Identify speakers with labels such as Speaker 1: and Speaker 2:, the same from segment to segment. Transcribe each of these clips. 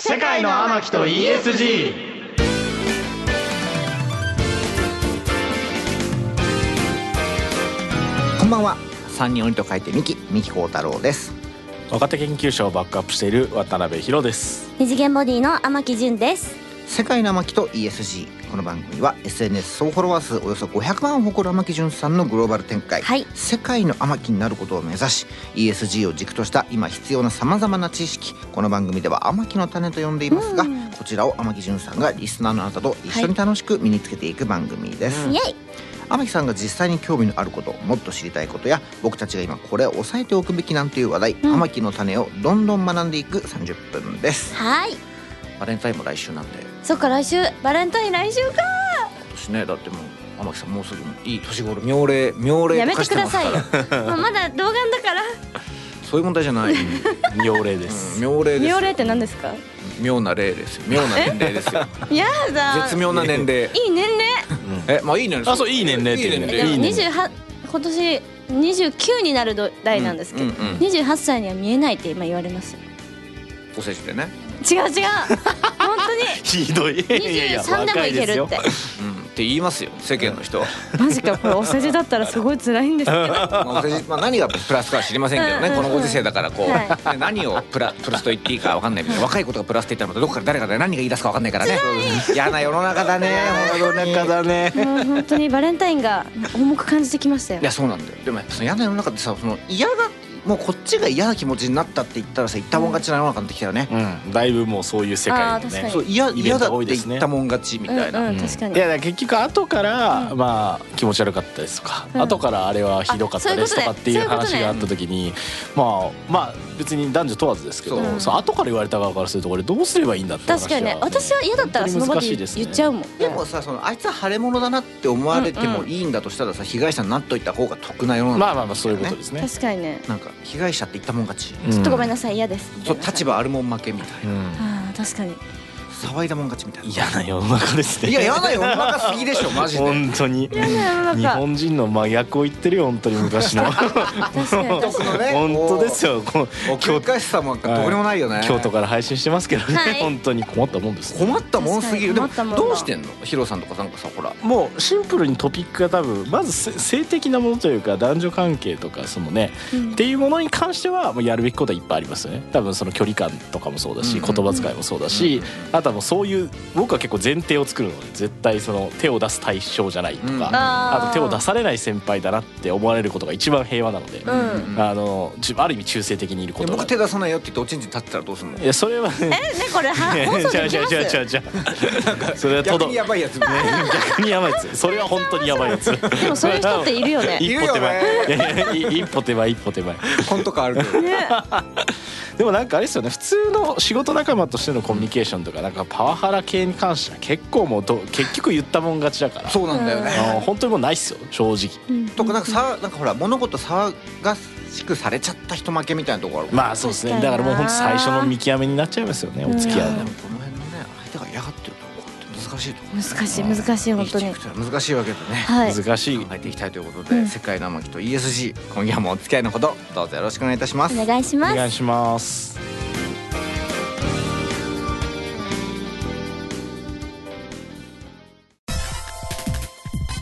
Speaker 1: 世界の天木と ESG
Speaker 2: こんばんは三人鬼と書いてミキミキコ太郎です
Speaker 3: 若手研究者をバックアップしている渡辺博です
Speaker 4: 二次元ボディの天木純です。
Speaker 2: 世界の天木と ESG この番組は SNS 総フォロワー数およそ500万を誇る天木純さんのグローバル展開、
Speaker 4: はい
Speaker 2: 世界の天木になることを目指し ESG を軸とした今必要なさまざまな知識この番組では天木の種と呼んでいますが、
Speaker 4: うん
Speaker 2: こちらを天木純さんがリスナーのあなたと一緒に楽しく身につけていく番組です、
Speaker 4: イエイ。
Speaker 2: 天木さんが実際に興味のあることもっと知りたいことや僕たちが今これを押さえておくべきなんていう話題、
Speaker 4: ん
Speaker 2: 天木の種をどんどん学んでいく30分です
Speaker 4: はい。
Speaker 2: バレンタインも来週なんで
Speaker 4: そっか来週バレンタイン来週か。
Speaker 2: 今年ねだってもう天木さんもうすぐいい年頃妙齢妙齢
Speaker 4: やめ
Speaker 2: 化
Speaker 4: て
Speaker 2: し
Speaker 4: く
Speaker 2: て
Speaker 4: だ
Speaker 2: ますか
Speaker 4: さい よ
Speaker 2: ら。
Speaker 4: もうまだ童顔だから。
Speaker 2: そういう問題じゃ ない、うん、
Speaker 3: 妙齢です、
Speaker 2: 妙齢です
Speaker 4: 妙齢って何ですか。
Speaker 2: 妙な齢ですよ妙な年齢 ですよ
Speaker 4: やだ。
Speaker 2: 絶妙な年齢
Speaker 4: いい年
Speaker 2: えまあいい年齢
Speaker 3: あそういい年齢っていうね
Speaker 4: 齢。でも
Speaker 3: いい
Speaker 4: 二
Speaker 3: ね
Speaker 4: 十八今年二十九になるど代なんですけ
Speaker 2: うん
Speaker 4: ど
Speaker 2: う。んうん
Speaker 4: 二十八歳には見えないって今言われます。
Speaker 2: お世辞でね、
Speaker 4: 違 う違う。本当に。
Speaker 3: ひどいい
Speaker 4: 二十三でもいけるって。
Speaker 2: うん、って言いますよ世間の人は、
Speaker 4: マジかこれお世辞だったらすごい辛い んですけど。
Speaker 2: まあ、お世辞まあ何がプラスかは知りませんけどね
Speaker 4: うんうん
Speaker 2: こ
Speaker 4: うん
Speaker 2: のご時世だからこう、
Speaker 4: は
Speaker 2: ね何をプラプラスと言っていいかわかんないみたいな若いことがプラスって言ったらまたどこから誰が何が言い出すかわかんないからね嫌な世の中 だね世の中だね
Speaker 4: もう本当にバレンタインが重く感じてきましたよ
Speaker 2: いや。そうなんだよでもやっぱその嫌な世の中ってさその嫌がもうこっちが嫌な気持ちになったって言ったらさ言ったもん勝ちな世の中になってきたよね、
Speaker 3: うん、だいぶもうそういう世
Speaker 4: あ
Speaker 3: 界
Speaker 4: ー
Speaker 3: の
Speaker 4: 確か
Speaker 3: ね
Speaker 4: に
Speaker 2: そう嫌
Speaker 3: イベ
Speaker 2: 嫌
Speaker 3: ン
Speaker 2: だ
Speaker 3: トが
Speaker 2: って
Speaker 3: 多いです
Speaker 2: 言
Speaker 3: ね
Speaker 2: ったもん勝ちみたいな、
Speaker 4: うんうん確かに
Speaker 3: い。やだから結局後から、
Speaker 4: うん
Speaker 3: まあ気持ち悪かったですとか、
Speaker 4: うん
Speaker 3: 後からあれはひどかったですとか
Speaker 4: あ
Speaker 3: っ
Speaker 4: そういうことね
Speaker 3: ていう
Speaker 4: そう
Speaker 3: 話
Speaker 4: いう
Speaker 3: があ
Speaker 4: こ
Speaker 3: っ
Speaker 4: とね
Speaker 3: た時にまあまあ別に男女問わずですけど
Speaker 2: そう
Speaker 3: そう後から言われた側からするとこれどうすればいいんだって話は
Speaker 4: 確かにね私は嫌だったらその場
Speaker 3: 本当に難
Speaker 4: で
Speaker 3: しいすね
Speaker 4: 言っちゃうもん
Speaker 2: でもさそのあいつは腫れ物だなって思われてもいいんだとしたらさ被害者になっといた方が得な世の中
Speaker 3: まあまあまあそういうことですね
Speaker 4: 確かにね
Speaker 2: なんか被害者って言ったもん勝ち、
Speaker 4: ちょっとごめん
Speaker 3: な
Speaker 4: なさい嫌です
Speaker 2: そう立場あるもん負けみたいな、
Speaker 3: うん
Speaker 4: ああ確かに
Speaker 2: 騒いだもん勝ちみたいな
Speaker 3: 嫌な世の中ですね
Speaker 2: いややだよお腹すぎでし ょマジで
Speaker 3: 本当に
Speaker 4: な世の中
Speaker 3: 日本人の真逆を言ってるよ本当に昔の
Speaker 4: 確 かに確かに
Speaker 2: のね
Speaker 3: 本当ですよこう
Speaker 2: 奥深しさもどうにもないよね、
Speaker 3: 京都から配信してますけどね、
Speaker 4: はい
Speaker 3: 本当に困ったもんですね
Speaker 2: 困ったもんすぎるでも
Speaker 4: 確かに困ったもんだ
Speaker 2: どうしてんのヒロさんとかなんかさほら
Speaker 3: もうシンプルにトピックが多分まずせ性的なものというか男女関係とかそのね、
Speaker 4: うん
Speaker 3: っていうものに関してはもうやるべきことはいっぱいありますよね多分その距離感とかもそうだし、
Speaker 2: うん
Speaker 3: 言葉遣いもそうだし、あとはもうそういう僕は結構前提を作るので絶対その手を出す対象じゃないとか、
Speaker 2: うん
Speaker 3: あ
Speaker 4: あ
Speaker 3: と手を出
Speaker 4: す
Speaker 3: されない先輩だなって思われることが一番平和なので、
Speaker 4: うん
Speaker 2: うん
Speaker 3: あのじある意味中性的にいることが
Speaker 2: 僕手出さないよって言っておちんちん立ってたらどうすんの
Speaker 3: いやそれは
Speaker 4: え
Speaker 3: ね
Speaker 4: ねこれは放送
Speaker 3: じゃ
Speaker 4: で
Speaker 3: じ
Speaker 4: き
Speaker 3: ゃ
Speaker 4: ま
Speaker 3: じゃじ
Speaker 4: す
Speaker 3: ゃじゃそれはと
Speaker 2: 逆
Speaker 3: ど
Speaker 2: にやばいや つね
Speaker 3: 逆にやばいやつそれは本当にやばいやつ
Speaker 4: でもそういう人っているよ ね
Speaker 3: 一歩手前いやいやい一歩手前一歩手前
Speaker 2: コントかあるけ ど
Speaker 3: でもなんかあれですよね普通の仕事仲間としてのコミュニケーションとかなんかパワハラ系に関しては結構もうど結局言ったもん勝ちだから
Speaker 2: そうなんだよね
Speaker 3: あの本当にもうないっすよ正直
Speaker 2: とかなんかさなんかほら物事騒がしくされちゃった人負けみたいなとこある
Speaker 3: まあそうですね
Speaker 4: 確か
Speaker 3: だ
Speaker 4: に
Speaker 3: か
Speaker 4: な
Speaker 3: らもう本当最初の見極めになっちゃいますよねお付き合い
Speaker 2: で
Speaker 3: で
Speaker 2: も
Speaker 3: も
Speaker 2: この辺のね相手が嫌がってるとこって難しいとこ
Speaker 4: 難しい難しい本当に
Speaker 2: 生きていくと難しいわけでね
Speaker 4: はい
Speaker 3: 難しい
Speaker 2: 考えていきたいということで世界の天木と ESG 今夜もお付き合いのほどどうぞよろしくお願いいたします
Speaker 4: お願いしま
Speaker 3: お
Speaker 4: す
Speaker 3: 願いします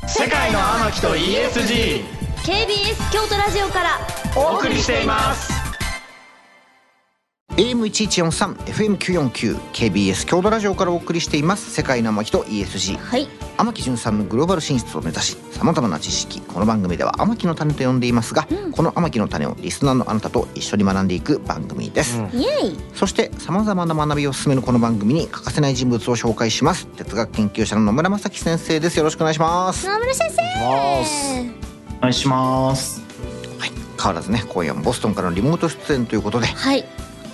Speaker 1: 世界の天木と ESG
Speaker 4: KBS 京都ラジオから
Speaker 1: お送りしています
Speaker 2: AM1143 FM949 KBS 郷土ラジオからお送りしています世界の天木と ESG
Speaker 4: はい
Speaker 2: 天木純さんのグローバル進出を目指しさまざまな知識この番組では天木の種と呼んでいますが、この天木の種をリスナーのあなたと一緒に学んでいく番組です、
Speaker 4: イエイ
Speaker 2: そしてさまざまな学びを進めるこの番組に欠かせない人物を紹介します哲学研究者の野村正樹先生ですよろしくお願いします、
Speaker 4: 野村先生
Speaker 3: お願いし
Speaker 5: お願いします。
Speaker 2: はい、変わらずね今夜もボストンからのリモート出演ということで
Speaker 4: はい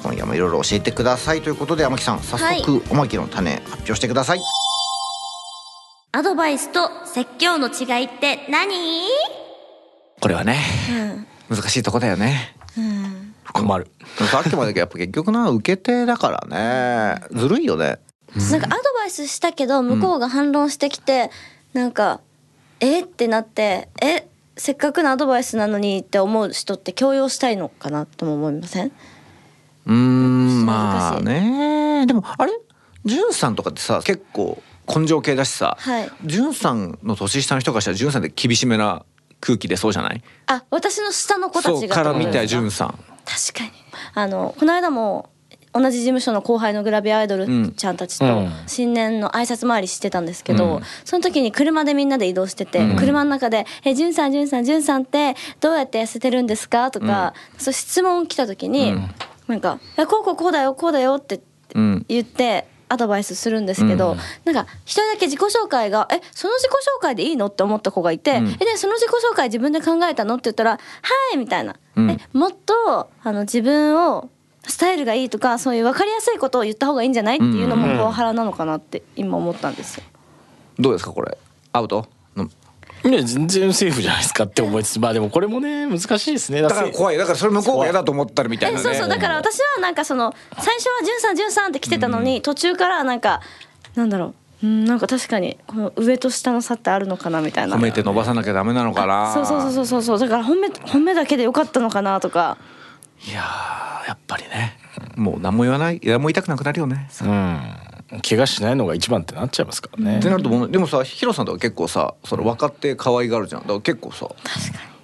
Speaker 2: 今夜もいろいろ教えてくださいということで天木さん早速天木の種発表してください、
Speaker 4: アドバイスと説教の違いって何
Speaker 2: これはね
Speaker 4: うん
Speaker 2: 難しいとこだよね
Speaker 4: うん
Speaker 3: 困る
Speaker 2: さっきまでやっぱ結局な受け手だからねずるいよね
Speaker 4: なんかアドバイスしたけど向こうが反論してきて、なんか「えっ?」てなって「えせっかくのアドバイスなのに」って思う人って強要したいのかなとも思いません
Speaker 2: うーん
Speaker 4: 難しい
Speaker 2: まあねねでもあれじゅんさんとかってさ結構根性系だしさ
Speaker 4: はい
Speaker 2: じゅんさんの年下の人からしたらじゅんさんって厳しめな空気でそうじゃない
Speaker 4: あ私の下の子た
Speaker 2: そ
Speaker 4: ち
Speaker 2: う
Speaker 4: が
Speaker 2: から
Speaker 4: ってこと
Speaker 2: 見
Speaker 4: です
Speaker 2: たじゅんさん
Speaker 4: 確かにあのこの間も同じ事務所の後輩のグラビアアイドルちゃんたちと
Speaker 3: うん
Speaker 4: 新年の挨拶回りしてたんですけど、
Speaker 2: うん
Speaker 4: その時に車でみんなで移動してて、
Speaker 2: うん
Speaker 4: 車の中で「えじゅんさんじゅんさんじゅんさんってどうやって痩せてるんですか?」とか、そう質問来た時に、
Speaker 2: うん
Speaker 4: なんか「えこうこうこうだよこうだよ」って
Speaker 2: うん
Speaker 4: 言ってアドバイスするんですけど、
Speaker 2: うん
Speaker 4: なんか一人だけ自己紹介が「えその自己紹介でいいの?」って思った子がいて「
Speaker 2: うん
Speaker 4: えでその自己紹介自分で考えたの?」って言ったら「はい」みたいな、
Speaker 2: うん
Speaker 4: えもっとあの自分をスタイルがいいとかそういう分かりやすいことを言った方がいいんじゃないっていうのも
Speaker 3: うん
Speaker 4: パワハラなのかなって今思ったんですよ。
Speaker 2: どうですかこれアウトの
Speaker 3: いや全然セーフじゃないですかって思いつつまあでもこれもね難しいですねだ
Speaker 2: だから
Speaker 3: い
Speaker 2: 怖いだからそれ向こうが嫌だと思ったらみたい
Speaker 4: え
Speaker 2: なね
Speaker 4: そうそうだから私はなんかその最初は「じゅんさんじゅんさん」って来てたのに、途中からなんかなんだろううんなんか確かにこの上と下の差ってあるのかなみたいな
Speaker 2: 褒めて伸ばさなきゃダメなのかな
Speaker 4: そうそうそうそうそうだから褒め褒めだけでよかったのかなとか
Speaker 3: いやーやっぱりね
Speaker 2: もう何も言わない何も言いたくなくなるよね
Speaker 3: うん怪我しないのが一番ってなっちゃいますからね
Speaker 2: ってなると思うでもさヒロさんとか結構さその若手可愛がるじゃんだから結構さ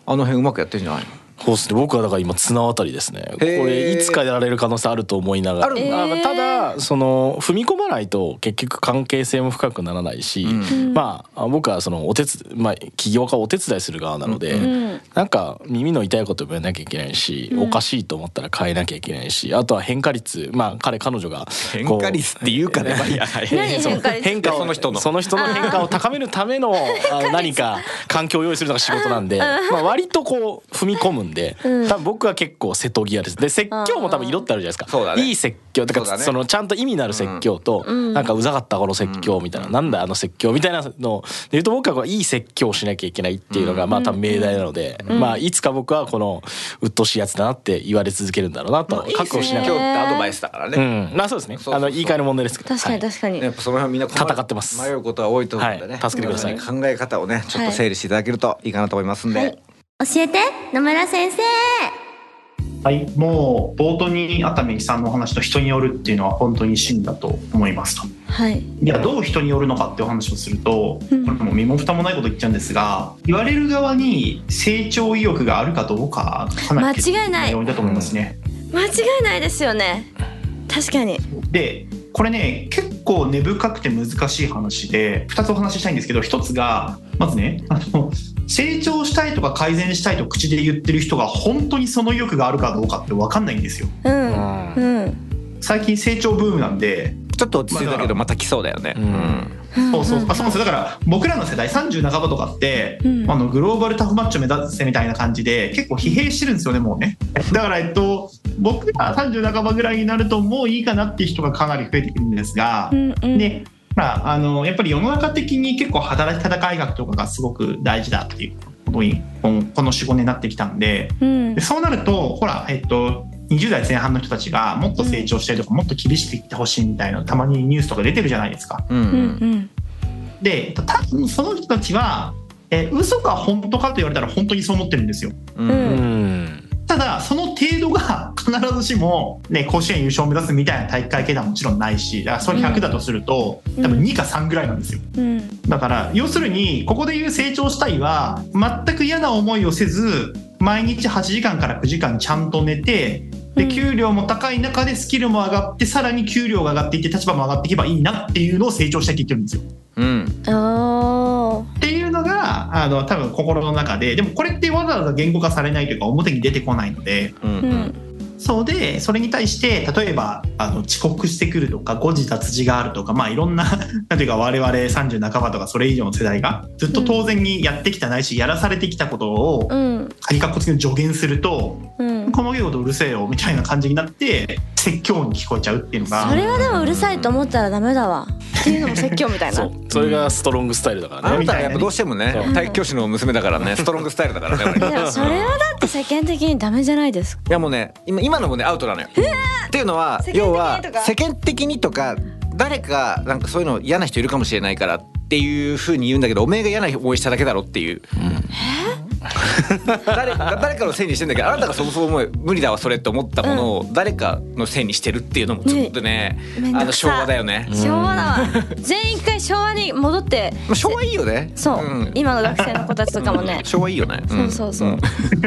Speaker 2: あの辺うまくやってんじゃないの
Speaker 3: そうですね僕はだから今綱渡りですねこ
Speaker 2: へー
Speaker 3: れいつかやられる可能性あると思いながら
Speaker 2: あるん
Speaker 4: だ
Speaker 3: まあただその踏み込まないと結局関係性も深くならないし、まあ僕はそのお手つ、まあ、起業家をお手伝いする側なので、
Speaker 4: ん
Speaker 3: なんか耳の痛いことも言わなきゃいけないし、おかしいと思ったら変えなきゃいけないしあとは変化率まあ彼彼女がこう
Speaker 2: 変化率っていうかねまあいいや
Speaker 4: 何
Speaker 3: その
Speaker 4: 変化率
Speaker 3: 変化を
Speaker 2: その人の
Speaker 3: その人の変化を高めるた めのあの何か環境を用意するのが仕事なんで、まあ、割とこう踏み込むんで、
Speaker 4: うん
Speaker 3: 多分僕は結構瀬戸際ですで説教も多分色ってあるじゃないですか
Speaker 2: そうだね
Speaker 3: いい説教とか
Speaker 2: そうだね
Speaker 3: そのちゃんと意味のある説教と、なんかうざかったこの説教みたいな、なんだあの説教みたいなので言うと僕はこういい説教をしなきゃいけないっていうのが、まあ多分命題なので、まあいつか僕はこの鬱陶しいやつだなって言われ続けるんだろうなと覚悟しな
Speaker 2: 今日っ
Speaker 3: がら
Speaker 4: いい
Speaker 2: てアドバイスだからね、
Speaker 3: うん、まあそうですね
Speaker 2: そうそうそう
Speaker 3: あの言い換えの問題ですけど
Speaker 4: 確かに
Speaker 3: はい
Speaker 4: 確かに、
Speaker 2: やっぱその辺みんな困る
Speaker 3: 戦ってます
Speaker 2: 迷うことは多いと思うんでね、
Speaker 3: はい助けてください
Speaker 2: 考え方をねちょっと整理していただけるといいかなと思いますんで、
Speaker 4: はい教えて野村先生
Speaker 5: はい、もう冒頭に熱海さんのお話と人によるっていうのは本当に真だと思いますと。
Speaker 4: はい
Speaker 5: いやどう人によるのかってお話をするとこ
Speaker 4: う
Speaker 5: れ
Speaker 4: ん
Speaker 5: もう身も蓋もないこと言っちゃうんですが言われる側に成長意欲があるかどうかかなり
Speaker 4: 間違いない
Speaker 5: 要因だと思いますね。
Speaker 4: 間違いないですよね確かに
Speaker 5: でこれね結構根深くて難しい話で2つお話ししたいんですけど1つがまずねあの成長したいとか改善したいと口で言ってる人が本当にその意欲があるかどうかって分かんないんですよ
Speaker 4: うんう
Speaker 3: うん
Speaker 4: ん、
Speaker 5: 最近成長ブームなんで、
Speaker 2: ちょっと落ち着いたけどまた来そうだよね、
Speaker 3: うん
Speaker 4: うん
Speaker 5: そうそうあそうなんですよだから僕らの世代30半ばとかって、
Speaker 4: うん
Speaker 5: あのグローバルタフマッチョ目指せみたいな感じで結構疲弊してるんですよねもうねだからえっと僕ら30半ばぐらいになるともういいかなっていう人がかなり増えてくるんですが、
Speaker 4: うんうん
Speaker 5: で、まあ、あのやっぱり世の中的に結構働き方改革とかがすごく大事だっていうことにこのこの45年になってきたんで
Speaker 4: うん
Speaker 5: でそうなるとほら、えっと、20代前半の人たちがもっと成長したりとか、もっと厳しくいってほしいみたいなたまにニュースとか出てるじゃないですか。
Speaker 2: うんう
Speaker 4: うんん
Speaker 5: で多分その人たちはえー嘘か本当かと言われたら本当にそう思ってるんですよ
Speaker 2: うん
Speaker 4: うん
Speaker 3: ん
Speaker 5: ただその程度が 必ずしも、ね、甲子園優勝を目指すみたいな体育会系ではもちろんないしだからそれ100だとすると、
Speaker 4: うん
Speaker 5: 多分2か3ぐらいなんですよ
Speaker 4: うん
Speaker 5: だから要するにここで言う成長したいは全く嫌な思いをせず毎日8時間から9時間ちゃんと寝て
Speaker 4: う
Speaker 5: で
Speaker 4: ん
Speaker 5: 給料も高い中でスキルも上がってさらに給料が上がっていって立場も上がっていけばいいなっていうのを成長したいって言ってるんですよ。
Speaker 2: うん
Speaker 4: おー
Speaker 5: っていうのがあの多分心の中ででもこれってわざわざ言語化されないというか表に出てこないので
Speaker 2: うん
Speaker 4: う
Speaker 2: うん
Speaker 4: ん
Speaker 5: そうでそれに対して例えばあの遅刻してくるとか誤字脱字があるとかまあいろんな なんていうか我々30半ばとかそれ以上の世代がずっと当然にやってきたないしやらされてきたことを
Speaker 4: うん
Speaker 5: 仮かっこつきの助言すると
Speaker 4: うん
Speaker 5: 「細けいことうるせえよ」みたいな感じになって説教に聞こえちゃうっていうの
Speaker 4: そ
Speaker 5: が
Speaker 4: れはでもうるさいと思ったらダメだわっていうのも説教みたい
Speaker 3: そ
Speaker 4: な
Speaker 3: うそれがストロングスタイルだか
Speaker 2: あ
Speaker 3: ら
Speaker 2: な
Speaker 3: ね
Speaker 2: たはやっぱどうしてもね
Speaker 3: そう
Speaker 2: 体育教師の娘だからねストロングスタイルだからね俺
Speaker 4: いやそれはだって世間的にダメじゃないですか
Speaker 2: いやもうね今今のもねアウトなのよ。っていうのは
Speaker 4: 世間的に
Speaker 2: 要は
Speaker 4: とか
Speaker 2: 世間的にとか誰かなんかそういうの嫌な人いるかもしれないからっていうふうに言うんだけどおめえが嫌な思いしただけだろっていう
Speaker 6: 誰誰かのせいにしてんだけどあなたがそもそも無理だわそれと思ったものを誰かのせいにしてるっていうのもちょっとね、
Speaker 4: めんど
Speaker 6: あ
Speaker 4: く
Speaker 6: の
Speaker 4: さ
Speaker 6: 昭和だよね。
Speaker 4: 昭和だわ全員一回昭和に戻って
Speaker 6: まあ、昭和いいよね。
Speaker 4: そう、
Speaker 6: ん
Speaker 4: 今の学生の子たちとかもね、
Speaker 6: 昭和いいよね。ん
Speaker 4: そうそうそう、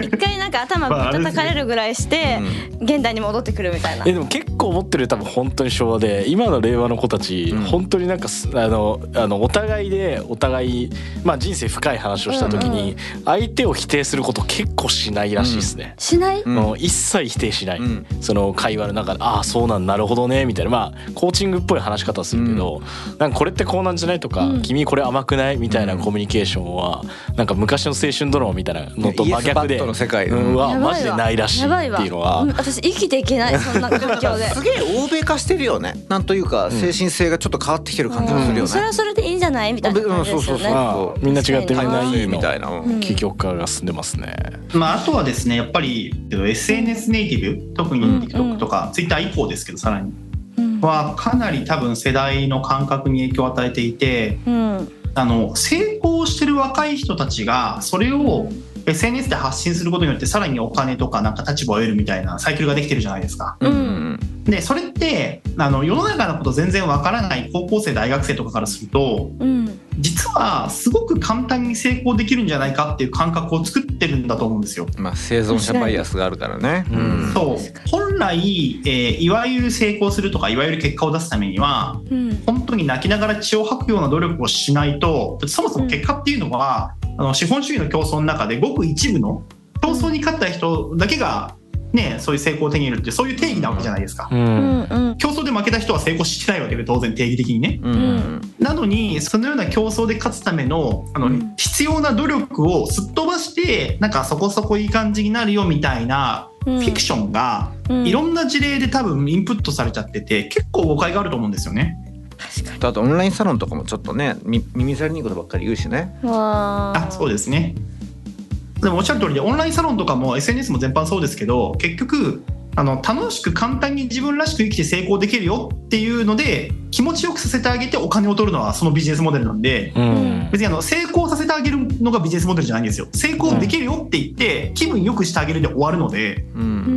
Speaker 4: 一回なんか頭ぶったたかれるぐらいして、現代に戻ってくるみたいな
Speaker 3: えでも結構持ってる多分本当に昭和で今の令和の子たち、本当になんかすあのあのお互いでお互い、まあ、人生深い話をした時に相手を否定すること結構しないらしいですね。
Speaker 4: しない、
Speaker 6: ん
Speaker 3: もう一切否定しない、
Speaker 6: ん
Speaker 3: その会話の中で「ああそうなんなるほどね」みたいなまあコーチングっぽい話し方するけど、なんかこれってこうなんじゃないとか、君これ甘くないみたいなコミュニケーションはなんか昔の青春ドラマみたいなのと
Speaker 6: イエス
Speaker 3: 真逆
Speaker 6: バ
Speaker 3: で
Speaker 6: ットの世界
Speaker 3: うんうわ
Speaker 4: やばいわ
Speaker 3: マジでないらしい
Speaker 4: やば
Speaker 3: っていうのは
Speaker 4: わん私生きていけないそんな環境で
Speaker 2: すげえ欧米化してるよねなんというか精神性がちょっと変わってきてる 感じがするよ
Speaker 4: それ
Speaker 2: ね、
Speaker 4: はそれでいいんじゃないみたいな感じですよ
Speaker 2: うんそうそうそう
Speaker 4: ね
Speaker 3: ああみんな違ってみんないいの
Speaker 6: みたいな。うん
Speaker 3: 究極化が進んでますね。
Speaker 5: まあ、あとはですねやっぱりえっと SNS ネイティブ特に TikTok とか Twitter 以降ですけどさらに
Speaker 4: うん
Speaker 5: はかなり多分世代の感覚に影響を与えていて
Speaker 4: うん
Speaker 5: あの成功してる若い人たちがそれを SNS で発信することによってさらにお金とかなんか立場を得るみたいなサイクルができてるじゃないですか。
Speaker 4: うん
Speaker 5: でそれってあの世の中のこと全然わからない高校生大学生とかからすると
Speaker 4: うん
Speaker 5: 実はすごく簡単に成功できるんじゃないかっていう感覚を作ってるんだと思うんですよ。
Speaker 6: まあ生存者バイアスがあるからね。
Speaker 3: うん
Speaker 5: そう本来、えーいわゆる成功するとかいわゆる結果を出すためには
Speaker 4: うん
Speaker 5: 本当に泣きながら血を吐くような努力をしないとそもそも結果っていうのは、あの資本主義の競争の中でごく一部の競争に勝った人だけが、ね、そういう成功を手に入れるってそういう定義なわけじゃないですか。
Speaker 4: うんうん
Speaker 5: 競争で負けた人は成功してないわけで当然定義的にね。
Speaker 2: うんうん
Speaker 5: なのにそのような競争で勝つためのあの、
Speaker 4: うん
Speaker 5: 必要な努力をすっ飛ばしてなんかそこそこいい感じになるよみたいな
Speaker 4: う
Speaker 5: フ
Speaker 4: ん
Speaker 5: ィクションが、
Speaker 4: うん
Speaker 5: いろんな事例で多分インプットされちゃってて結構誤解があると思うんですよね。
Speaker 2: あとオンラインサロンとかもちょっとねみ耳障りにいいことばっかり言うしね
Speaker 4: わ
Speaker 5: あそう
Speaker 4: で
Speaker 5: ですねでもおっしゃる通りでオンラインサロンとかも SNS も全般そうですけど結局あの楽しく簡単に自分らしく生きて成功できるよっていうので気持ちよくさせてあげてお金を取るのはそのビジネスモデルなんで。
Speaker 3: うん
Speaker 5: 別にあの成功させてあげるのがビジネスモデルじゃないんですよ成功できるよって言って気分良くしてあげるで終わるので
Speaker 2: う
Speaker 4: うん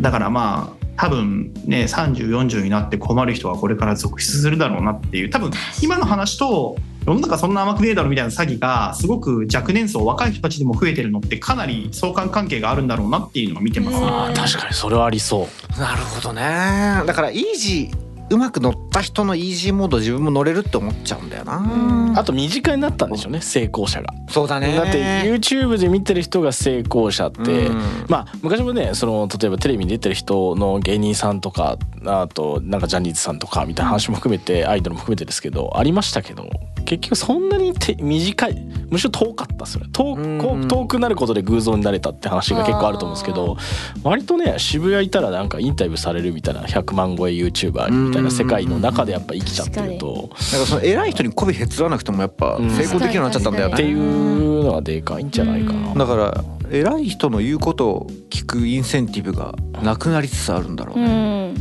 Speaker 4: ん
Speaker 5: だからまあ多分ね3040になって困る人はこれから続出するだろうなっていう多分今の話と世の中そんな甘くねえだろみたいな詐欺がすごく若年層若い人たちでも増えてるのってかなり相関関係があるんだろうなっていうのを見てます、
Speaker 4: うん
Speaker 3: ああ確かにそれはありそ
Speaker 2: なるほどねだからイージーうまく乗った人のイージーモード自分も乗れるって思っちゃうんだよな、
Speaker 3: うあと身近になったんでしょうね成功者が
Speaker 2: そうだね
Speaker 3: だって YouTube で見てる人が成功者って、
Speaker 2: うん
Speaker 3: まあ昔もねその例えばテレビに出てる人の芸人さんとかあとなんかジャニーズさんとかみたいな話も含めてアイドルも含めてですけどありましたけど結局そんなにて短いむしろ遠かったそれ遠
Speaker 2: うん
Speaker 3: くこう遠くなることで偶像になれたって話が結構あると思うんですけど割とね渋谷いたらなんかインタビューされるみたいな100万超え YouTuber みたいな世界の中でやっぱ生きちゃってると。
Speaker 2: なんかその偉い人に媚びへつらなくてもやっぱ成功できるようになっちゃったんだよ
Speaker 3: って
Speaker 2: ね。
Speaker 3: いうのがでかいんじゃないかな。
Speaker 2: だから偉い人の言うことを聞くインセンティブがなくなりつつあるんだろう
Speaker 4: う
Speaker 2: ね。
Speaker 4: ん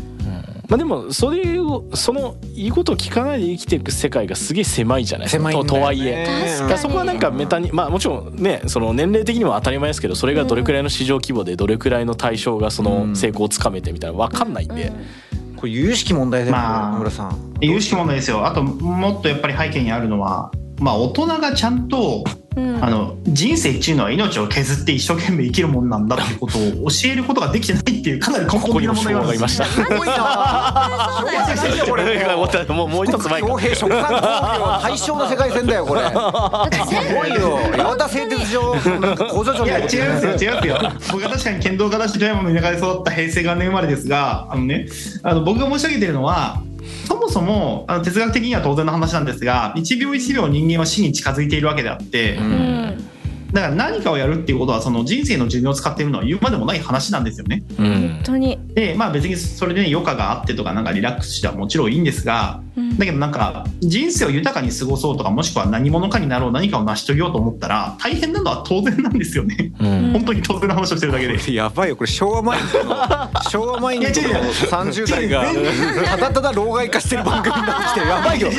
Speaker 3: まあでもそれをその言うことを聞かないで生きていく世界がすげえ狭いじゃない
Speaker 2: 狭いんだよ
Speaker 3: と
Speaker 2: ね
Speaker 3: とはいえ。
Speaker 4: 確
Speaker 3: だ
Speaker 4: か
Speaker 3: から
Speaker 4: に
Speaker 3: そこはなんかメタにまあもちろんねその年齢的にも当たり前ですけどそれがどれくらいの市場規模でどれくらいの対象がその成功をつかめてみたいな分かんないんで
Speaker 2: これ有識問題だよ、
Speaker 5: まあ
Speaker 2: 野村さん。
Speaker 5: 有識問題ですよあともっとやっぱり背景にあるのはまあ大人がちゃんと
Speaker 4: うん
Speaker 5: あの人生っていうのは命を削って一生懸命生きるもんなんだってことを教えることができてないっていうかなり根
Speaker 3: こ
Speaker 5: 本
Speaker 3: こに
Speaker 5: 的な
Speaker 3: も
Speaker 5: 問
Speaker 3: 昭
Speaker 5: 題が
Speaker 3: 和
Speaker 5: ある
Speaker 3: が
Speaker 5: ん
Speaker 3: い
Speaker 5: です
Speaker 3: ま
Speaker 5: よ
Speaker 3: した。もうもう一つ前か
Speaker 2: 傭兵食産工業対象の世界線だよ これ。すごいよ。八幡製鉄所なんか工場長
Speaker 5: い
Speaker 2: みた
Speaker 5: や
Speaker 2: い
Speaker 5: 違
Speaker 2: ない
Speaker 5: ますよ違いますよ僕は確かに剣道家だし富山の田舎で育った平成元年生まれですがあのねあの僕が申し上げてるのはそもそもあの哲学的には当然の話なんですが1秒1秒人間は死に近づいているわけであって、
Speaker 4: うん
Speaker 5: だから何かをやるっていうことはその人生の寿命を使っているのは言うまでもない話なんですよね。
Speaker 4: 本当に
Speaker 5: でまあ別にそれで、ね、余暇があってとかなんかリラックスしてはもちろんいいんですが、
Speaker 4: うん
Speaker 5: だけどなんか人生を豊かに過ごそうとかもしくは何者かになろう何かを成し遂げようと思ったら大変なのは当然なんですよね、
Speaker 3: ん
Speaker 5: 本当に当然の話をしてるだけ で。
Speaker 2: やばいよこれ昭和マインドの昭和マインド
Speaker 5: いや違う違
Speaker 2: の
Speaker 5: う
Speaker 2: 三十代がただただ老害化してる番組になってきてやばいよ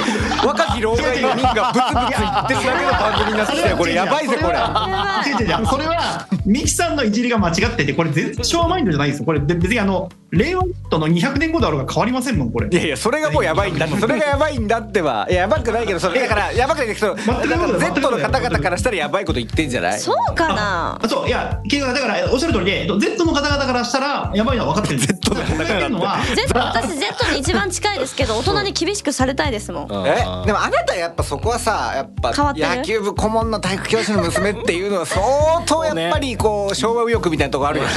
Speaker 2: 若き老害4人がブツブツ言ってるだけの番組になってきてこれやばいぜこれ。
Speaker 4: ばい
Speaker 5: 違う違う違うそれはミキさんのいじりが間違っててこれ全然昭和マインドじゃないですよこれで別にあの令和との200年後だろうが変わりませんもんこれ
Speaker 6: いやいやそれがもうやばいんだってそれがやばいんだってはいややばくないけどそれだからやばくないけどだ
Speaker 5: 全く
Speaker 6: から
Speaker 5: 全く
Speaker 6: Z の方々からしたらやばいこと言ってんじゃない
Speaker 4: そうかな
Speaker 5: あそういや結局だからおっしゃる通りで Z の方々からしたらやばいのは分かってる Z の方々からのは
Speaker 4: Z 私 Z に一番近いですけど大人に厳しくされたいですもん
Speaker 3: うん
Speaker 6: えでもあなたやっぱそこはさやっぱ
Speaker 4: 変わってる
Speaker 6: 野球部顧問の体育教師の娘っていうのは相当やっぱりこう昭和右翼みたいなとこあるよね。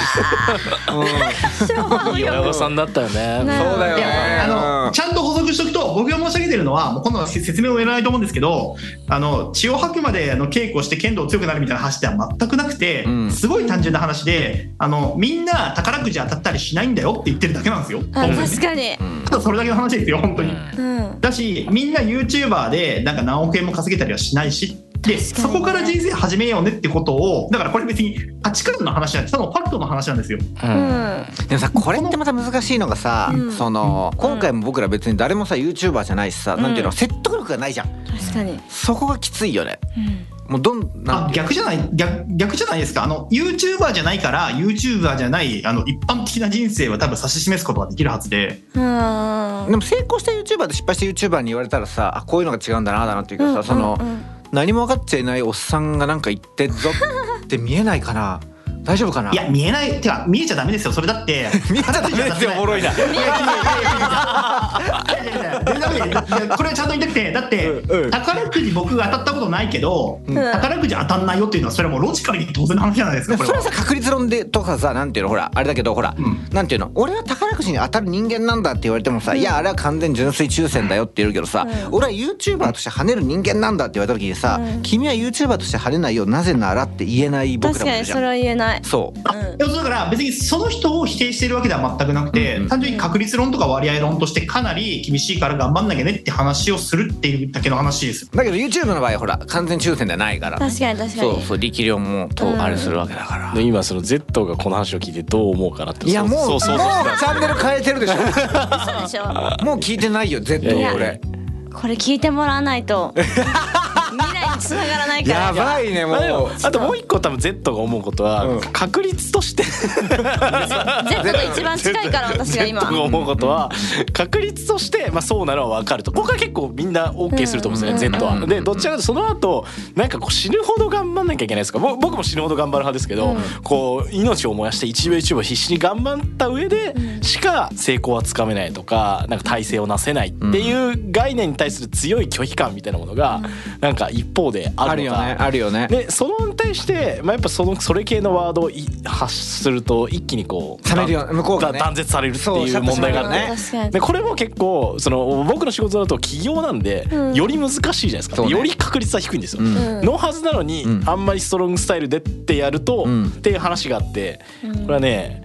Speaker 4: 昭和をよ
Speaker 3: 親御さんだったよね。
Speaker 4: ね
Speaker 6: そうだよ
Speaker 5: いやあの
Speaker 6: ね。
Speaker 5: ちゃんと補足しておくと僕が申し上げてるのはもう今度は説明をいらないと思うんですけどあの血を吐くまであの稽古して剣道強くなるみたいな話では全くなくて、
Speaker 6: うん
Speaker 5: すごい単純な話であのみんな宝くじ当たったりしないんだよって言ってるだけなんですよ。
Speaker 4: あ
Speaker 5: 本当に
Speaker 4: 確かに
Speaker 5: ただそれだけの話ですよ本当に。
Speaker 4: うん
Speaker 5: だしみんな YouTuber でなんか何億円も稼げたりはしないしでそこから人生始めようねってことをだからこれ別に価値観の話じゃなくてただのファクトの話なんですよ。
Speaker 4: う
Speaker 3: うん
Speaker 4: ん
Speaker 6: でもさこ
Speaker 2: これってまた難しいのがさ、
Speaker 4: うん
Speaker 2: その今回も僕ら別に誰もさ YouTuber じゃないしさ、
Speaker 4: うん
Speaker 2: なんていうの説得力がないじゃん
Speaker 4: 確かに
Speaker 2: そこがきついよね
Speaker 4: うん
Speaker 2: もうどんな
Speaker 5: あ
Speaker 2: んていう
Speaker 5: 逆じゃない逆逆じゃないですかあの YouTuber じゃないから YouTuber じゃないあの一般的な人生は多分指し示すことができるはずで
Speaker 4: うん
Speaker 2: でも成功した YouTuber と失敗した YouTuber に言われたらさあこういうのが違うんだなだなっていうけどさ、その、
Speaker 4: うんうん
Speaker 2: 何も分かっちゃいないおっさんがなんか言ってんぞって見えないかな大丈夫かない
Speaker 5: や見えないてか見えちゃダメですよそれだって見えちゃダメ
Speaker 6: ですよおもろい な。
Speaker 5: いやいやいや全然ダメですいやこれはちゃんと言いたくてだって
Speaker 6: うんうん
Speaker 5: 宝くじ僕が当たったことないけど宝くじ当たんないよっていうのはそれはもうロジカルに当然の話じゃないですかこ
Speaker 2: そ
Speaker 5: れ
Speaker 2: れは
Speaker 5: は
Speaker 2: さ。確率論でとかさなんていうのほらあれだけどほら、
Speaker 5: うん
Speaker 2: なんていうの俺は宝くじに当たる人間なんだって言われてもさ、いやあれは完全純粋抽選だよって言えるけどさ、
Speaker 4: うん
Speaker 2: 俺は YouTuber として跳ねる人間なんだって言われた時にさ、
Speaker 4: うん
Speaker 2: 君は YouTuber として跳ねないよなぜならって言えない僕
Speaker 4: 確
Speaker 2: らもい
Speaker 4: か
Speaker 2: る
Speaker 4: に
Speaker 2: じ
Speaker 4: そ
Speaker 2: ゃ
Speaker 4: れ
Speaker 2: ん
Speaker 4: は言えない
Speaker 2: そう
Speaker 4: うん
Speaker 5: いやだから別にその人を否定してるわけでは全くなくて、
Speaker 2: うんうん
Speaker 5: 単純に確率論とか割合論としてかなり厳しいから頑張んなきゃねって話をするっていうだけの話ですよ
Speaker 2: だけど YouTube の場合ほら完全抽選ではないから
Speaker 4: 確かに確か
Speaker 2: そう
Speaker 4: に
Speaker 2: そう力量もと、
Speaker 4: うん
Speaker 2: あれするわけだから
Speaker 3: で今その Z がこの話を聞いてどう思うかなって
Speaker 2: いやもう
Speaker 3: そうそうそう
Speaker 2: もうチャンネル変えてるでしょ
Speaker 4: そうでしょ
Speaker 2: もう聞いてないよ Z
Speaker 3: いや
Speaker 2: 俺
Speaker 3: いや
Speaker 4: これ聞いてもらわな いと未来に繋がらないから
Speaker 2: やばいねも
Speaker 3: まあでも
Speaker 2: う
Speaker 3: あともう一個多分 Z が思うことは、確率として
Speaker 4: Z と一番近いから私が
Speaker 3: Z
Speaker 4: 今
Speaker 3: が思うことは確率として、まあ、そうなのは分かると僕は結構みんな OK すると思うんですよね、Z は。でどっちらかというとその後なんかこう死ぬほど頑張んなきゃいけないですかぼ僕も死ぬほど頑張る派ですけど、こう命を燃やして一秒一秒必死に頑張った上でしか成功はつかめないとかなんか体制をなせないっていう概念に対する強い拒否感みたいなものが、なんか一方であ
Speaker 2: あ
Speaker 3: る
Speaker 2: る
Speaker 3: の
Speaker 2: よ
Speaker 3: か
Speaker 2: ねあるよね
Speaker 3: でそのに対して、まあ、やっぱそのそれ系のワードをい発すると一気にこう
Speaker 2: 冷めるよ
Speaker 3: だ
Speaker 2: 向こうがね
Speaker 3: だ断絶されるって
Speaker 2: そうおっ
Speaker 3: い
Speaker 2: しゃ
Speaker 3: う
Speaker 2: って
Speaker 3: 問題がある
Speaker 2: ま
Speaker 3: ね。
Speaker 2: し
Speaker 4: 確かに
Speaker 3: でこれも結構その僕の仕事だと起業なんで、
Speaker 4: うん
Speaker 3: より難しいじゃないですか、
Speaker 2: そうね
Speaker 3: より確率は低いんですよ。
Speaker 4: うん
Speaker 3: のはずなのに、
Speaker 2: うん
Speaker 3: あんまりストロングスタイルでってやると、
Speaker 2: うん
Speaker 3: っていう話があって
Speaker 4: うん
Speaker 3: これはね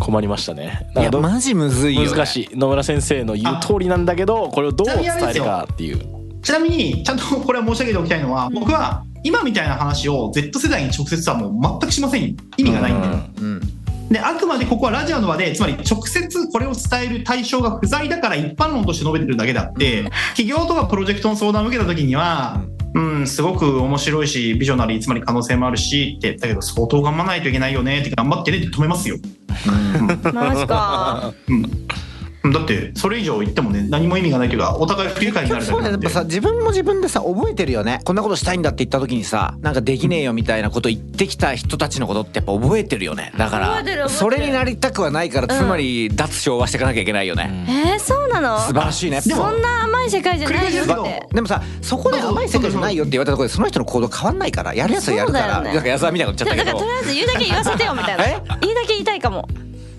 Speaker 3: 困りましたね。
Speaker 2: いや
Speaker 3: だから
Speaker 2: マジむずいよ、ね、
Speaker 3: 難しい野村先生の言う通りなんだけどこれをどう伝えるかっていう。
Speaker 5: ちなみにちゃんとこれは申し上げておきたいのは、僕は今みたいな話を Z 世代に直接はもう全くしませんよ意味がないんで、
Speaker 2: うん
Speaker 5: であくまでここはラジオの場でつまり直接これを伝える対象が不在だから一般論として述べてるだけであって、企業とかプロジェクトの相談を受けた時には、うん、すごく面白いしビジョナリーつまり可能性もあるしってだけど相当頑張らないといけないよねって頑張ってねって止めますよ。
Speaker 4: マ ジか
Speaker 5: うんだってそれ以上言ってもね何も意味がないというかお互い不愉快になるだ
Speaker 2: そ
Speaker 5: け
Speaker 2: うだよや
Speaker 5: なん
Speaker 2: っ
Speaker 5: で
Speaker 2: ぱさ自分も自分でさ覚えてるよねこんなことしたいんだって言った時にさなんかできねえよみたいなこと言ってきた人たちのことってやっぱ覚えてるよねだか
Speaker 4: 覚えてる
Speaker 2: ら
Speaker 4: 覚えてる
Speaker 2: それになりたくはないからつまり脱昭和していかなきゃいけないよね、
Speaker 4: えー、そうなの
Speaker 2: 素晴らしいね
Speaker 5: でも
Speaker 4: そんな甘い世界じゃないよっ
Speaker 5: 繰り返しだけど
Speaker 4: て
Speaker 2: でもさそこで甘い世界じゃないよって言われたところでその人の行動変わんないからやるやつはやるか
Speaker 4: そ
Speaker 2: ら
Speaker 4: うだよね
Speaker 2: なんか安田みたいなこと
Speaker 4: だか
Speaker 2: 言っちゃ
Speaker 4: ら
Speaker 2: っ
Speaker 4: だ
Speaker 2: たけ
Speaker 4: からと
Speaker 2: ど
Speaker 4: りあえず言うだけ言わせてよみたいな
Speaker 2: え
Speaker 4: 言いだけ言いたいかも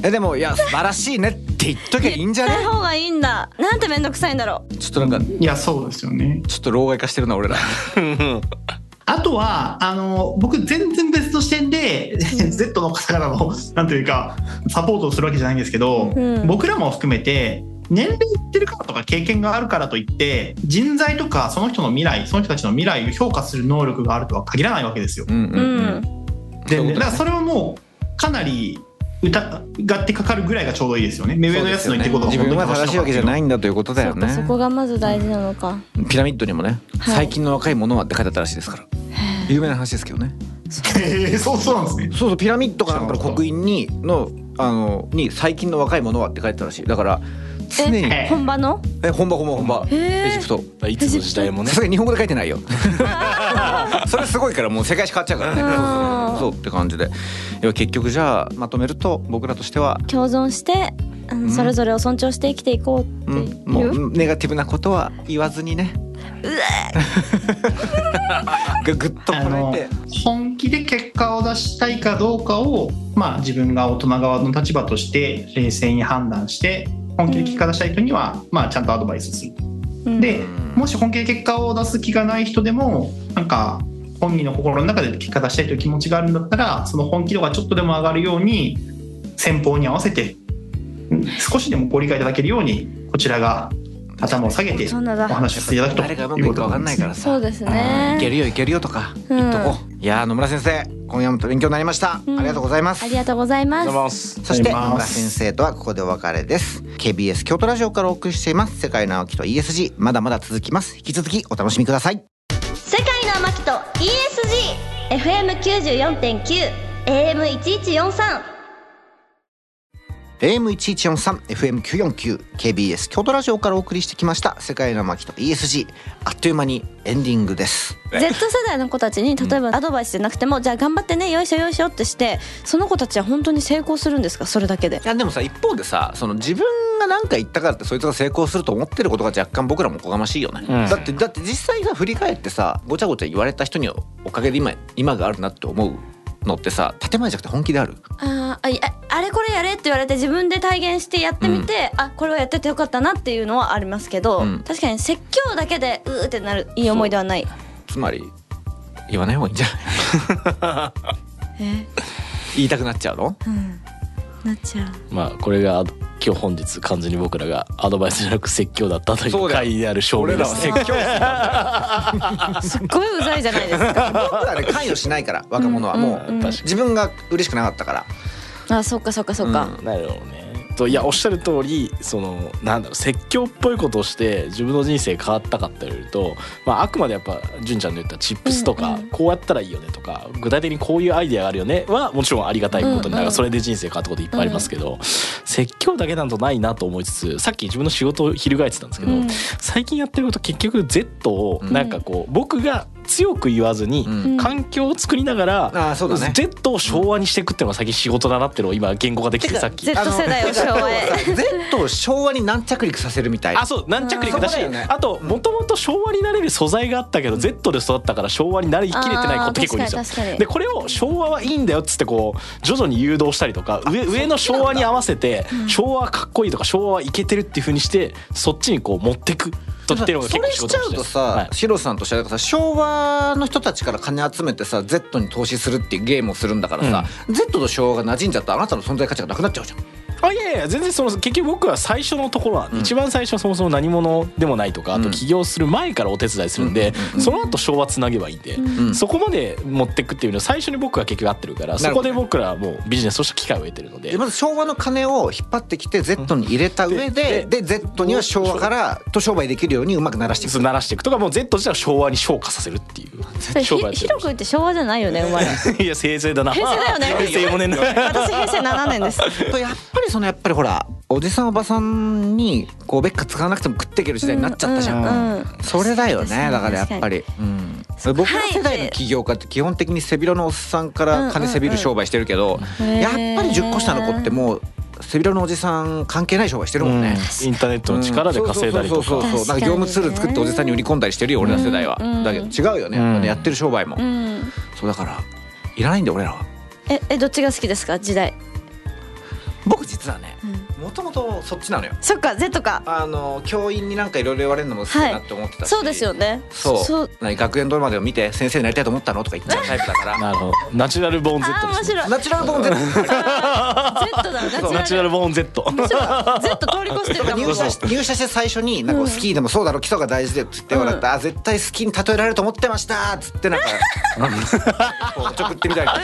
Speaker 2: えでもいや素晴らしいねって言っときゃいいんじゃ
Speaker 4: 言った
Speaker 2: ね
Speaker 4: 方がいいんだなんてめんどくさいんだろう
Speaker 2: ちょっとなんか
Speaker 5: いやそうですよね。
Speaker 2: ちょっと老害化してるな俺ら
Speaker 5: あとはあの僕全然別の視点で Z の方々のなんというかサポートをするわけじゃないんですけど、
Speaker 4: うん
Speaker 5: 僕らも含めて年齢いってるからとか経験があるからといって人材とかその人の未来その人たちの未来を評価する能力があるとは限らないわけですよ。
Speaker 2: うんう
Speaker 4: うんん
Speaker 5: でだからそれはもうかなり疑ってかかるぐらいがちょうどいいですよね目上のやつの言ってることが
Speaker 2: 自
Speaker 5: 本当
Speaker 2: 分
Speaker 5: に
Speaker 2: は正しいわけじゃないんだということだ
Speaker 4: そ
Speaker 2: よ
Speaker 4: っかそこ
Speaker 2: ね
Speaker 4: がまず大事なのか
Speaker 2: ピラミッドにもね、
Speaker 4: はい
Speaker 2: 最近の若いものはって書いてあったらしいですから有名な話ですけどね
Speaker 5: へえ そうそうなんですね
Speaker 2: そうそうピラミッドかなんかの刻印にのあのに最近の若いものはって書いてたらしいだから常に
Speaker 4: え本場の
Speaker 2: え本場本場本場
Speaker 4: へ
Speaker 2: エ
Speaker 4: ー
Speaker 2: ジプト
Speaker 3: いつの時代もね
Speaker 2: さすがに日本語で書いて ないよ
Speaker 6: それすごいからもう世界史変わっちゃうからね
Speaker 4: うん
Speaker 2: そうって感じでいや結局じゃあまとめると僕らとしては、
Speaker 4: 共存してあのそれぞれを尊重して生きていこうって
Speaker 2: う
Speaker 4: い
Speaker 2: ん、も
Speaker 4: う、
Speaker 2: うネガティブなことは言わずにね
Speaker 6: ぐぐっと
Speaker 5: あ
Speaker 6: こ
Speaker 5: の
Speaker 6: らえて
Speaker 5: 本気で結果を出したいかどうかを、まあ、自分が大人側の立場として冷静に判断して本気で結果出したい人には、まあ、ちゃんとアドバイスする。
Speaker 4: うん
Speaker 5: でもし本気で結果を出す気がない人でもなんか本人の心の中で結果出したいという気持ちがあるんだったらその本気度がちょっとでも上がるように先方に合わせてうん少しでもご理解いただけるようにこちらが頭を下げて
Speaker 4: そ
Speaker 5: お
Speaker 4: んなだ
Speaker 5: 話をしていただくと
Speaker 6: 誰がうまくいくか分かんないから
Speaker 4: そ
Speaker 6: さ
Speaker 4: うです
Speaker 2: いけ
Speaker 4: ね
Speaker 2: るよいけるよとか
Speaker 4: うん
Speaker 2: 言っとこ
Speaker 4: あ
Speaker 2: う、いやー野村先生今夜も勉強になりました、
Speaker 4: うん
Speaker 2: ありがとうございます
Speaker 4: りがとうございます
Speaker 3: ます
Speaker 2: そして
Speaker 5: ありが
Speaker 2: 野
Speaker 5: とうございま
Speaker 2: 村
Speaker 5: す
Speaker 2: 先生とはここでお別れです KBS 京都ラジオからお送りしています世界の青木と ESG まだまだ続きます引き続きお楽しみください
Speaker 4: 世界の天木と ESGFM94.9 AM1143
Speaker 2: AM1143FM949 KBS 京都ラジオからお送りしてきました世界の巻と ESG あっという間にエンディングです
Speaker 4: Z 世代の子たちに例えばアドバイスじゃなくても、じゃあ頑張ってねよいしょよいしょってしてその子たちは本当に成功するんですかそれだけで
Speaker 6: いやでもさ一方でさその自分が何か言ったからってそいつが成功すると思ってることが若干僕らもおこがましいよね、
Speaker 3: うん
Speaker 6: だってだって実際さ振り返ってさごちゃごちゃ言われた人におかげで今今があるなって思うのってさ建前じゃなくて本気である
Speaker 4: あーあいああれこれやれって言われて自分で体現してやってみて、あこれをやっててよかったなっていうのはありますけど、
Speaker 6: うん
Speaker 4: 確かに説教だけでうーってなるいい思いではない
Speaker 6: つまり言わない方がいいん じゃない
Speaker 4: え
Speaker 6: 言いたくなっちゃうの
Speaker 4: うんなっちゃう
Speaker 3: まあこれが今日本日完全に僕らがアドバイスじゃなく説教だったとい
Speaker 6: そう
Speaker 3: う
Speaker 6: だよ
Speaker 3: 回である証明です、ね、
Speaker 6: 説教し
Speaker 4: すっごいうざいじゃないですか
Speaker 2: 僕らね関与しないから若者はもう、
Speaker 4: うんうんうん
Speaker 2: 自分が嬉しくなかったから
Speaker 4: あそっかそっかそっか、
Speaker 3: なるほどねといやおっしゃる通りそのなんだろう説教っぽいことをして自分の人生変わったかって言われると、まあ、あくまでやっぱ純ちゃんの言ったチップスとか、
Speaker 4: うんうん
Speaker 3: こうやったらいいよねとか具体的にこういうアイデアがあるよねはもちろんありがたいことにな
Speaker 4: うん
Speaker 3: る、
Speaker 4: うん
Speaker 3: それで人生変わったこといっぱいありますけど、説教だけなんとないなと思いつつさっき自分の仕事を翻ってたんですけど、
Speaker 4: うん
Speaker 3: 最近やってること結局 Z をなんかこう、僕が強く言わずに、
Speaker 4: ん
Speaker 3: 環境を作りながら、
Speaker 2: あーそうだね
Speaker 3: Z を昭和にしていくっていうのが最近仕事だなっていうのを今言語化できてさっき
Speaker 4: Z 世代を昭和へ
Speaker 2: Z を昭和に軟着陸させるみたい
Speaker 3: あそう軟着陸だし、
Speaker 2: うんそうだよね
Speaker 3: あともともと昭和になれる素材があったけど、Z で育ったから昭和になりきれてない子って結構いるん
Speaker 4: あー
Speaker 3: で
Speaker 4: 確
Speaker 3: す
Speaker 4: かに確か
Speaker 3: よ
Speaker 4: に
Speaker 3: でこれを昭和はいいんだよっつってこう徐々に誘導したりとか上上の昭和に合わせて昭和はかっこいいとか昭和はいけてるっていうふうにしてそっちにこう持ってくとっていうのが
Speaker 2: そ
Speaker 3: 結構
Speaker 2: れ
Speaker 3: 仕
Speaker 2: し
Speaker 3: 事
Speaker 2: ちゃ
Speaker 3: と
Speaker 2: う
Speaker 3: して
Speaker 2: と
Speaker 3: ます
Speaker 2: さ、
Speaker 3: はい
Speaker 2: シロさんとしてはだからさ昭和の人たちから金集めてさ Z に投資するっていうゲームをするんだからさ、Z と昭和が馴染んじゃったらあなたの存在価値がなくなっちゃうじゃん。
Speaker 3: あいやいや全然その結局僕は最初のところは、一番最初はそもそも何者でもないとかあ
Speaker 2: う
Speaker 3: と
Speaker 2: ん
Speaker 3: 起業する前からお手伝いするんで、その後昭和つなげばいいんで、
Speaker 2: ん
Speaker 3: そこまで持ってくっていうのは最初に僕が結局合ってるから
Speaker 2: な
Speaker 3: そ
Speaker 2: るほ
Speaker 3: こ
Speaker 2: どね
Speaker 3: で僕らはもうビジネスとして機会を得てるので
Speaker 2: で。まず昭和の金を引っ張ってきて Z に入れた上で、
Speaker 3: うん
Speaker 2: で Z には昭和からと商売できるようにうまくならしていく
Speaker 3: そう鳴らしていくとかもう Z 自体を昭和に昇華させるっていう
Speaker 4: ひ
Speaker 3: 商売やってる
Speaker 4: 広く言って昭和じゃないよね生 まれ
Speaker 3: いや平成だな
Speaker 4: 平成だよね
Speaker 3: 平成もね
Speaker 4: 私平成7年です
Speaker 2: とやっぱりそのやっぱりほらおじさんおばさんにこうべっか使わなくても食っていける時代になっちゃったじゃん、
Speaker 4: うんうんうん
Speaker 2: それだよ
Speaker 4: 確か
Speaker 2: ね
Speaker 4: に
Speaker 2: だからやっぱり、うん、僕ら世代の起業家って基本的に背広のおっさんから金背びる商売してるけど、
Speaker 4: うんうんうん
Speaker 2: やっぱり10個下の子ってもう背広のおじさん関係ない商売してるもんね、
Speaker 3: インターネットの力で稼いだりと
Speaker 2: そう
Speaker 3: か
Speaker 2: そうそうそうなんか業務ツール作っておじさんに売り込んだりしてるよ俺ら世代は、
Speaker 4: うん
Speaker 2: だけど違うよね、やっぱねやってる商売も、
Speaker 4: うん
Speaker 2: そうだからいらないんだよ俺らは
Speaker 4: ええどっちが好きですか時代
Speaker 2: 僕実はねもともとそっちなのよ
Speaker 4: そっか Z か
Speaker 2: あの教員になんかいろいろ言われるのも好きだなって思ってたし、
Speaker 4: そうですよね
Speaker 2: そう
Speaker 4: そう
Speaker 2: 何学園ドラマでも見て先生になりたいと思ったのとか言っちゃうタイプだ から
Speaker 3: なるほどナチュラルボーン Z
Speaker 4: あー
Speaker 3: で
Speaker 4: 面
Speaker 3: す ね
Speaker 4: 白い
Speaker 2: ナチュラル ボーンゼロ
Speaker 4: Z
Speaker 3: ナ
Speaker 4: だナ
Speaker 3: チュ
Speaker 4: チュ
Speaker 3: ラ
Speaker 4: ラ
Speaker 3: ル
Speaker 4: ル
Speaker 3: ボーン Z
Speaker 4: 面白い Z 通り越してる かも
Speaker 2: 入社し入社して最初になんかスキーでもそうだろ基礎が大事でっつって笑って、あ絶対スキーに例えられると思ってましたっつってなん かこうおちょくってみたりとか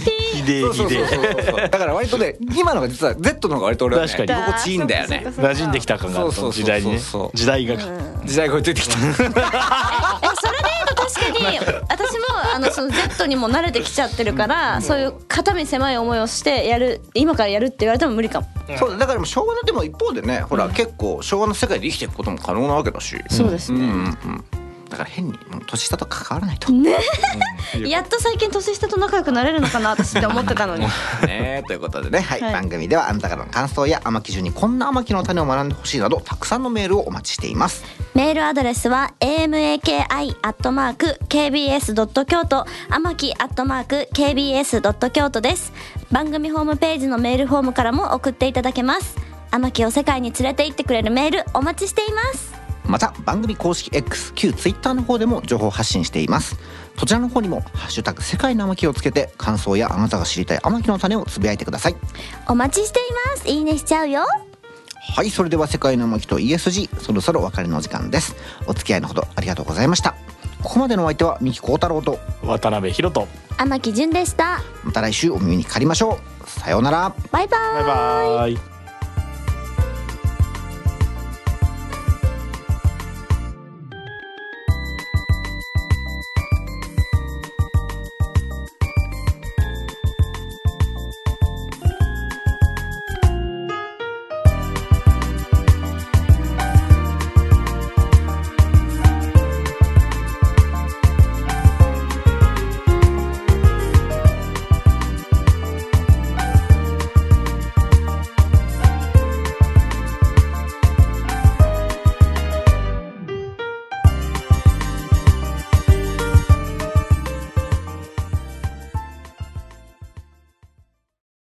Speaker 3: ひでえ
Speaker 2: そうそ
Speaker 3: ひ
Speaker 2: う
Speaker 3: で
Speaker 2: そう
Speaker 3: え
Speaker 2: そうそうだから割とね今のが実は Z の方が割と俺は、ね、
Speaker 3: 確かに
Speaker 2: 居心地いいんだよね
Speaker 4: そっかそっか
Speaker 3: 馴染んできた感がある
Speaker 2: そうそうそう
Speaker 3: と
Speaker 2: そう
Speaker 3: 時代にね
Speaker 2: そう
Speaker 3: 時代が
Speaker 4: うん
Speaker 2: 時代が追いついてきた
Speaker 4: えそれで言うと 確かに私もあのその Z にも慣れてきちゃってるからそういう肩身狭い思いをしてやる今からやるって言われても無理かも
Speaker 2: そうだからもう昭和のでも一方でねほら、結構昭和の世界で生きていくことも可能なわけだし
Speaker 4: そうです
Speaker 2: うんう
Speaker 4: ね、
Speaker 2: んうんだから変にもう年下と関わらないと
Speaker 4: やっと最近年下と仲良くなれるのかな私って思って たのに
Speaker 2: ねということでね、はい、
Speaker 4: はい
Speaker 2: 番組ではあなたからの感想や天城中にこんな天城の種を学んでほしいなどたくさんのメールをお待ちしています
Speaker 4: メールアドレスは amaki.kbs. 京都天木 .kbs. 京都です番組ホームページのメールフォームからも送っていただけます天木を世界に連れて行ってくれるメールお待ちしています
Speaker 2: また番組公式 X 旧 Twitter の方でも情報発信していますそちらの方にも「ハッシュタグ世界の天城」をつけて感想やあなたが知りたい天城の種をつぶやいてください
Speaker 4: お待ちしていますいいねしちゃうよ
Speaker 2: はいそれでは「世界の天城」と ESG そろそろお別れの時間ですお付き合いのほどありがとうございましたここまでのお相手は三木幸太郎と
Speaker 3: 渡辺博人
Speaker 4: 天木純でした
Speaker 2: また来週お耳にかかりましょうさようなら
Speaker 4: バイバイ
Speaker 3: バイバイ